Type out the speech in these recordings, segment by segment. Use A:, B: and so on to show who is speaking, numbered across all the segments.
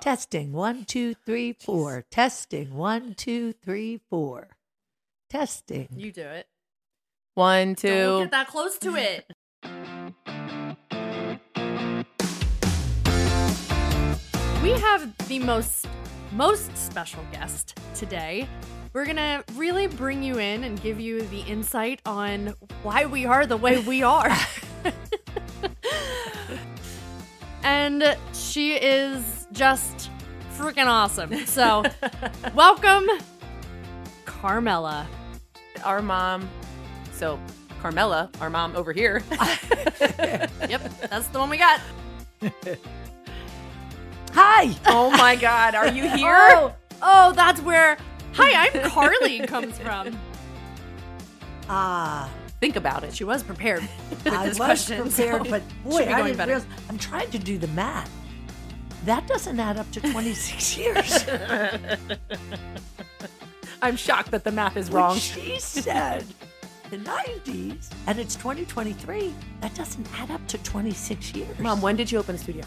A: Testing one, two, three, four. Testing one, two, three, four. Testing.
B: You do it.
C: One,
B: Don't
C: two.
B: get that close to it. we have the most most special guest today. We're gonna really bring you in and give you the insight on why we are the way we are. and she is just freaking awesome. So, welcome, Carmela.
C: Our mom. So, Carmela, our mom over here.
B: Yep, that's the one we got.
A: Hi. Er,
C: oh my God, are you
B: Oh, oh, that's where Hi, I'm Carly comes from.
A: Ah,
C: Think about it.
B: She was prepared with
A: I was
B: this question. so
A: prepared, but
B: should
A: boy,
B: be
A: I
B: going
A: didn't
B: better.
A: realize. I'm trying to do the math. That doesn't add up to 26 years.
C: I'm shocked that the math is
A: When
C: wrong.
A: she said the 90s, and it's 2023. That doesn't add up to 26 years.
C: Mom, when did you open a studio?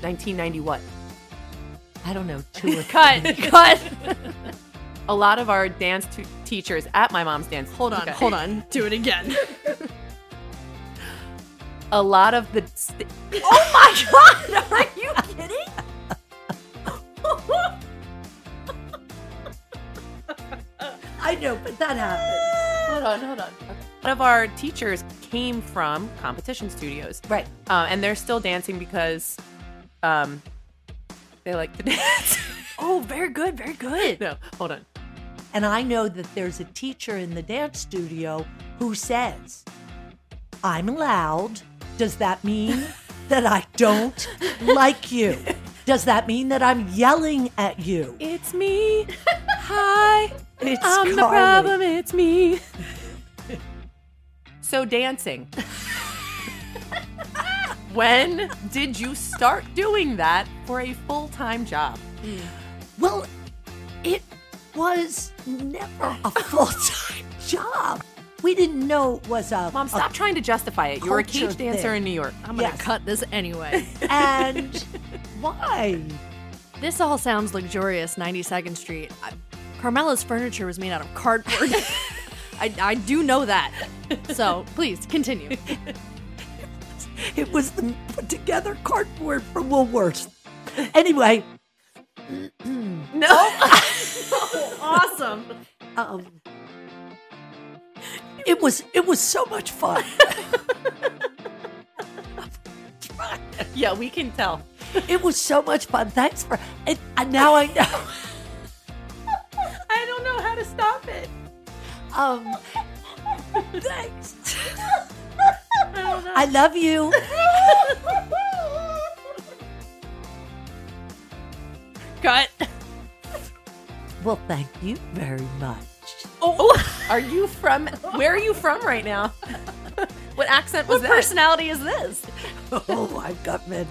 C: 1990 what?
A: I don't know, two or
B: Cut, cut.
C: A lot of our dance t- teachers at my mom's dance.
B: Hold on,
C: Okay.
B: hold on. Do it again.
C: A lot of the. St-
B: Oh my god, are you kidding?
A: I know, but that happens.
C: hold on, hold on. A lot of our teachers came from competition studios.
A: Right.
C: Uh, and they're still dancing because um, they like to dance.
B: Oh, very good, very good.
C: no, hold on.
A: And I know that there's a teacher in the dance studio who says, I'm loud. Does that mean that I don't like you? Does that mean that I'm yelling at you?
C: It's me. Hi.
A: It's
C: I'm the
A: Carly.
C: problem. It's me. so dancing. when did you start doing that for a full-time job?
A: Well, it was never a full time job. We didn't know it was a.
C: Mom,
A: a-
C: stop trying to justify it. You're a
A: culture
C: cage dancer
A: thing.
C: in New York.
B: I'm gonna
A: Yes.
B: cut this anyway.
A: and why?
B: this all sounds luxurious, 92nd Street. I, Carmela's furniture was made out of cardboard. I, I do know that. So please continue.
A: It was the put together cardboard from Woolworths. Anyway,
C: No.
B: Awesome.
A: um, it was it was so much fun.
C: yeah, we can tell.
A: It was so much fun. Thanks for. And, and now I know.
C: I don't know how to stop it.
A: Um, thanks.
B: I don't know.
A: I love you.
B: cut.
A: Well, thank you very much.
C: Oh, are you from? Where are you from right now? What accent was
B: What
C: that?
B: personality is this?
A: Oh, I've got many.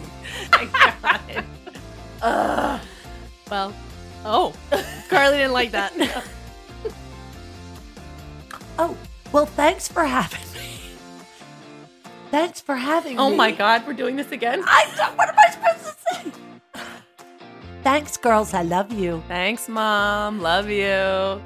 B: Well, oh, Carly didn't like that.
A: Oh, well, thanks for having me. Thanks for having
C: Oh
A: me.
C: my God, we're doing this again.
A: I don't, what am I supposed to say? Thanks, girls. I love you.
C: Thanks, Mom. Love you.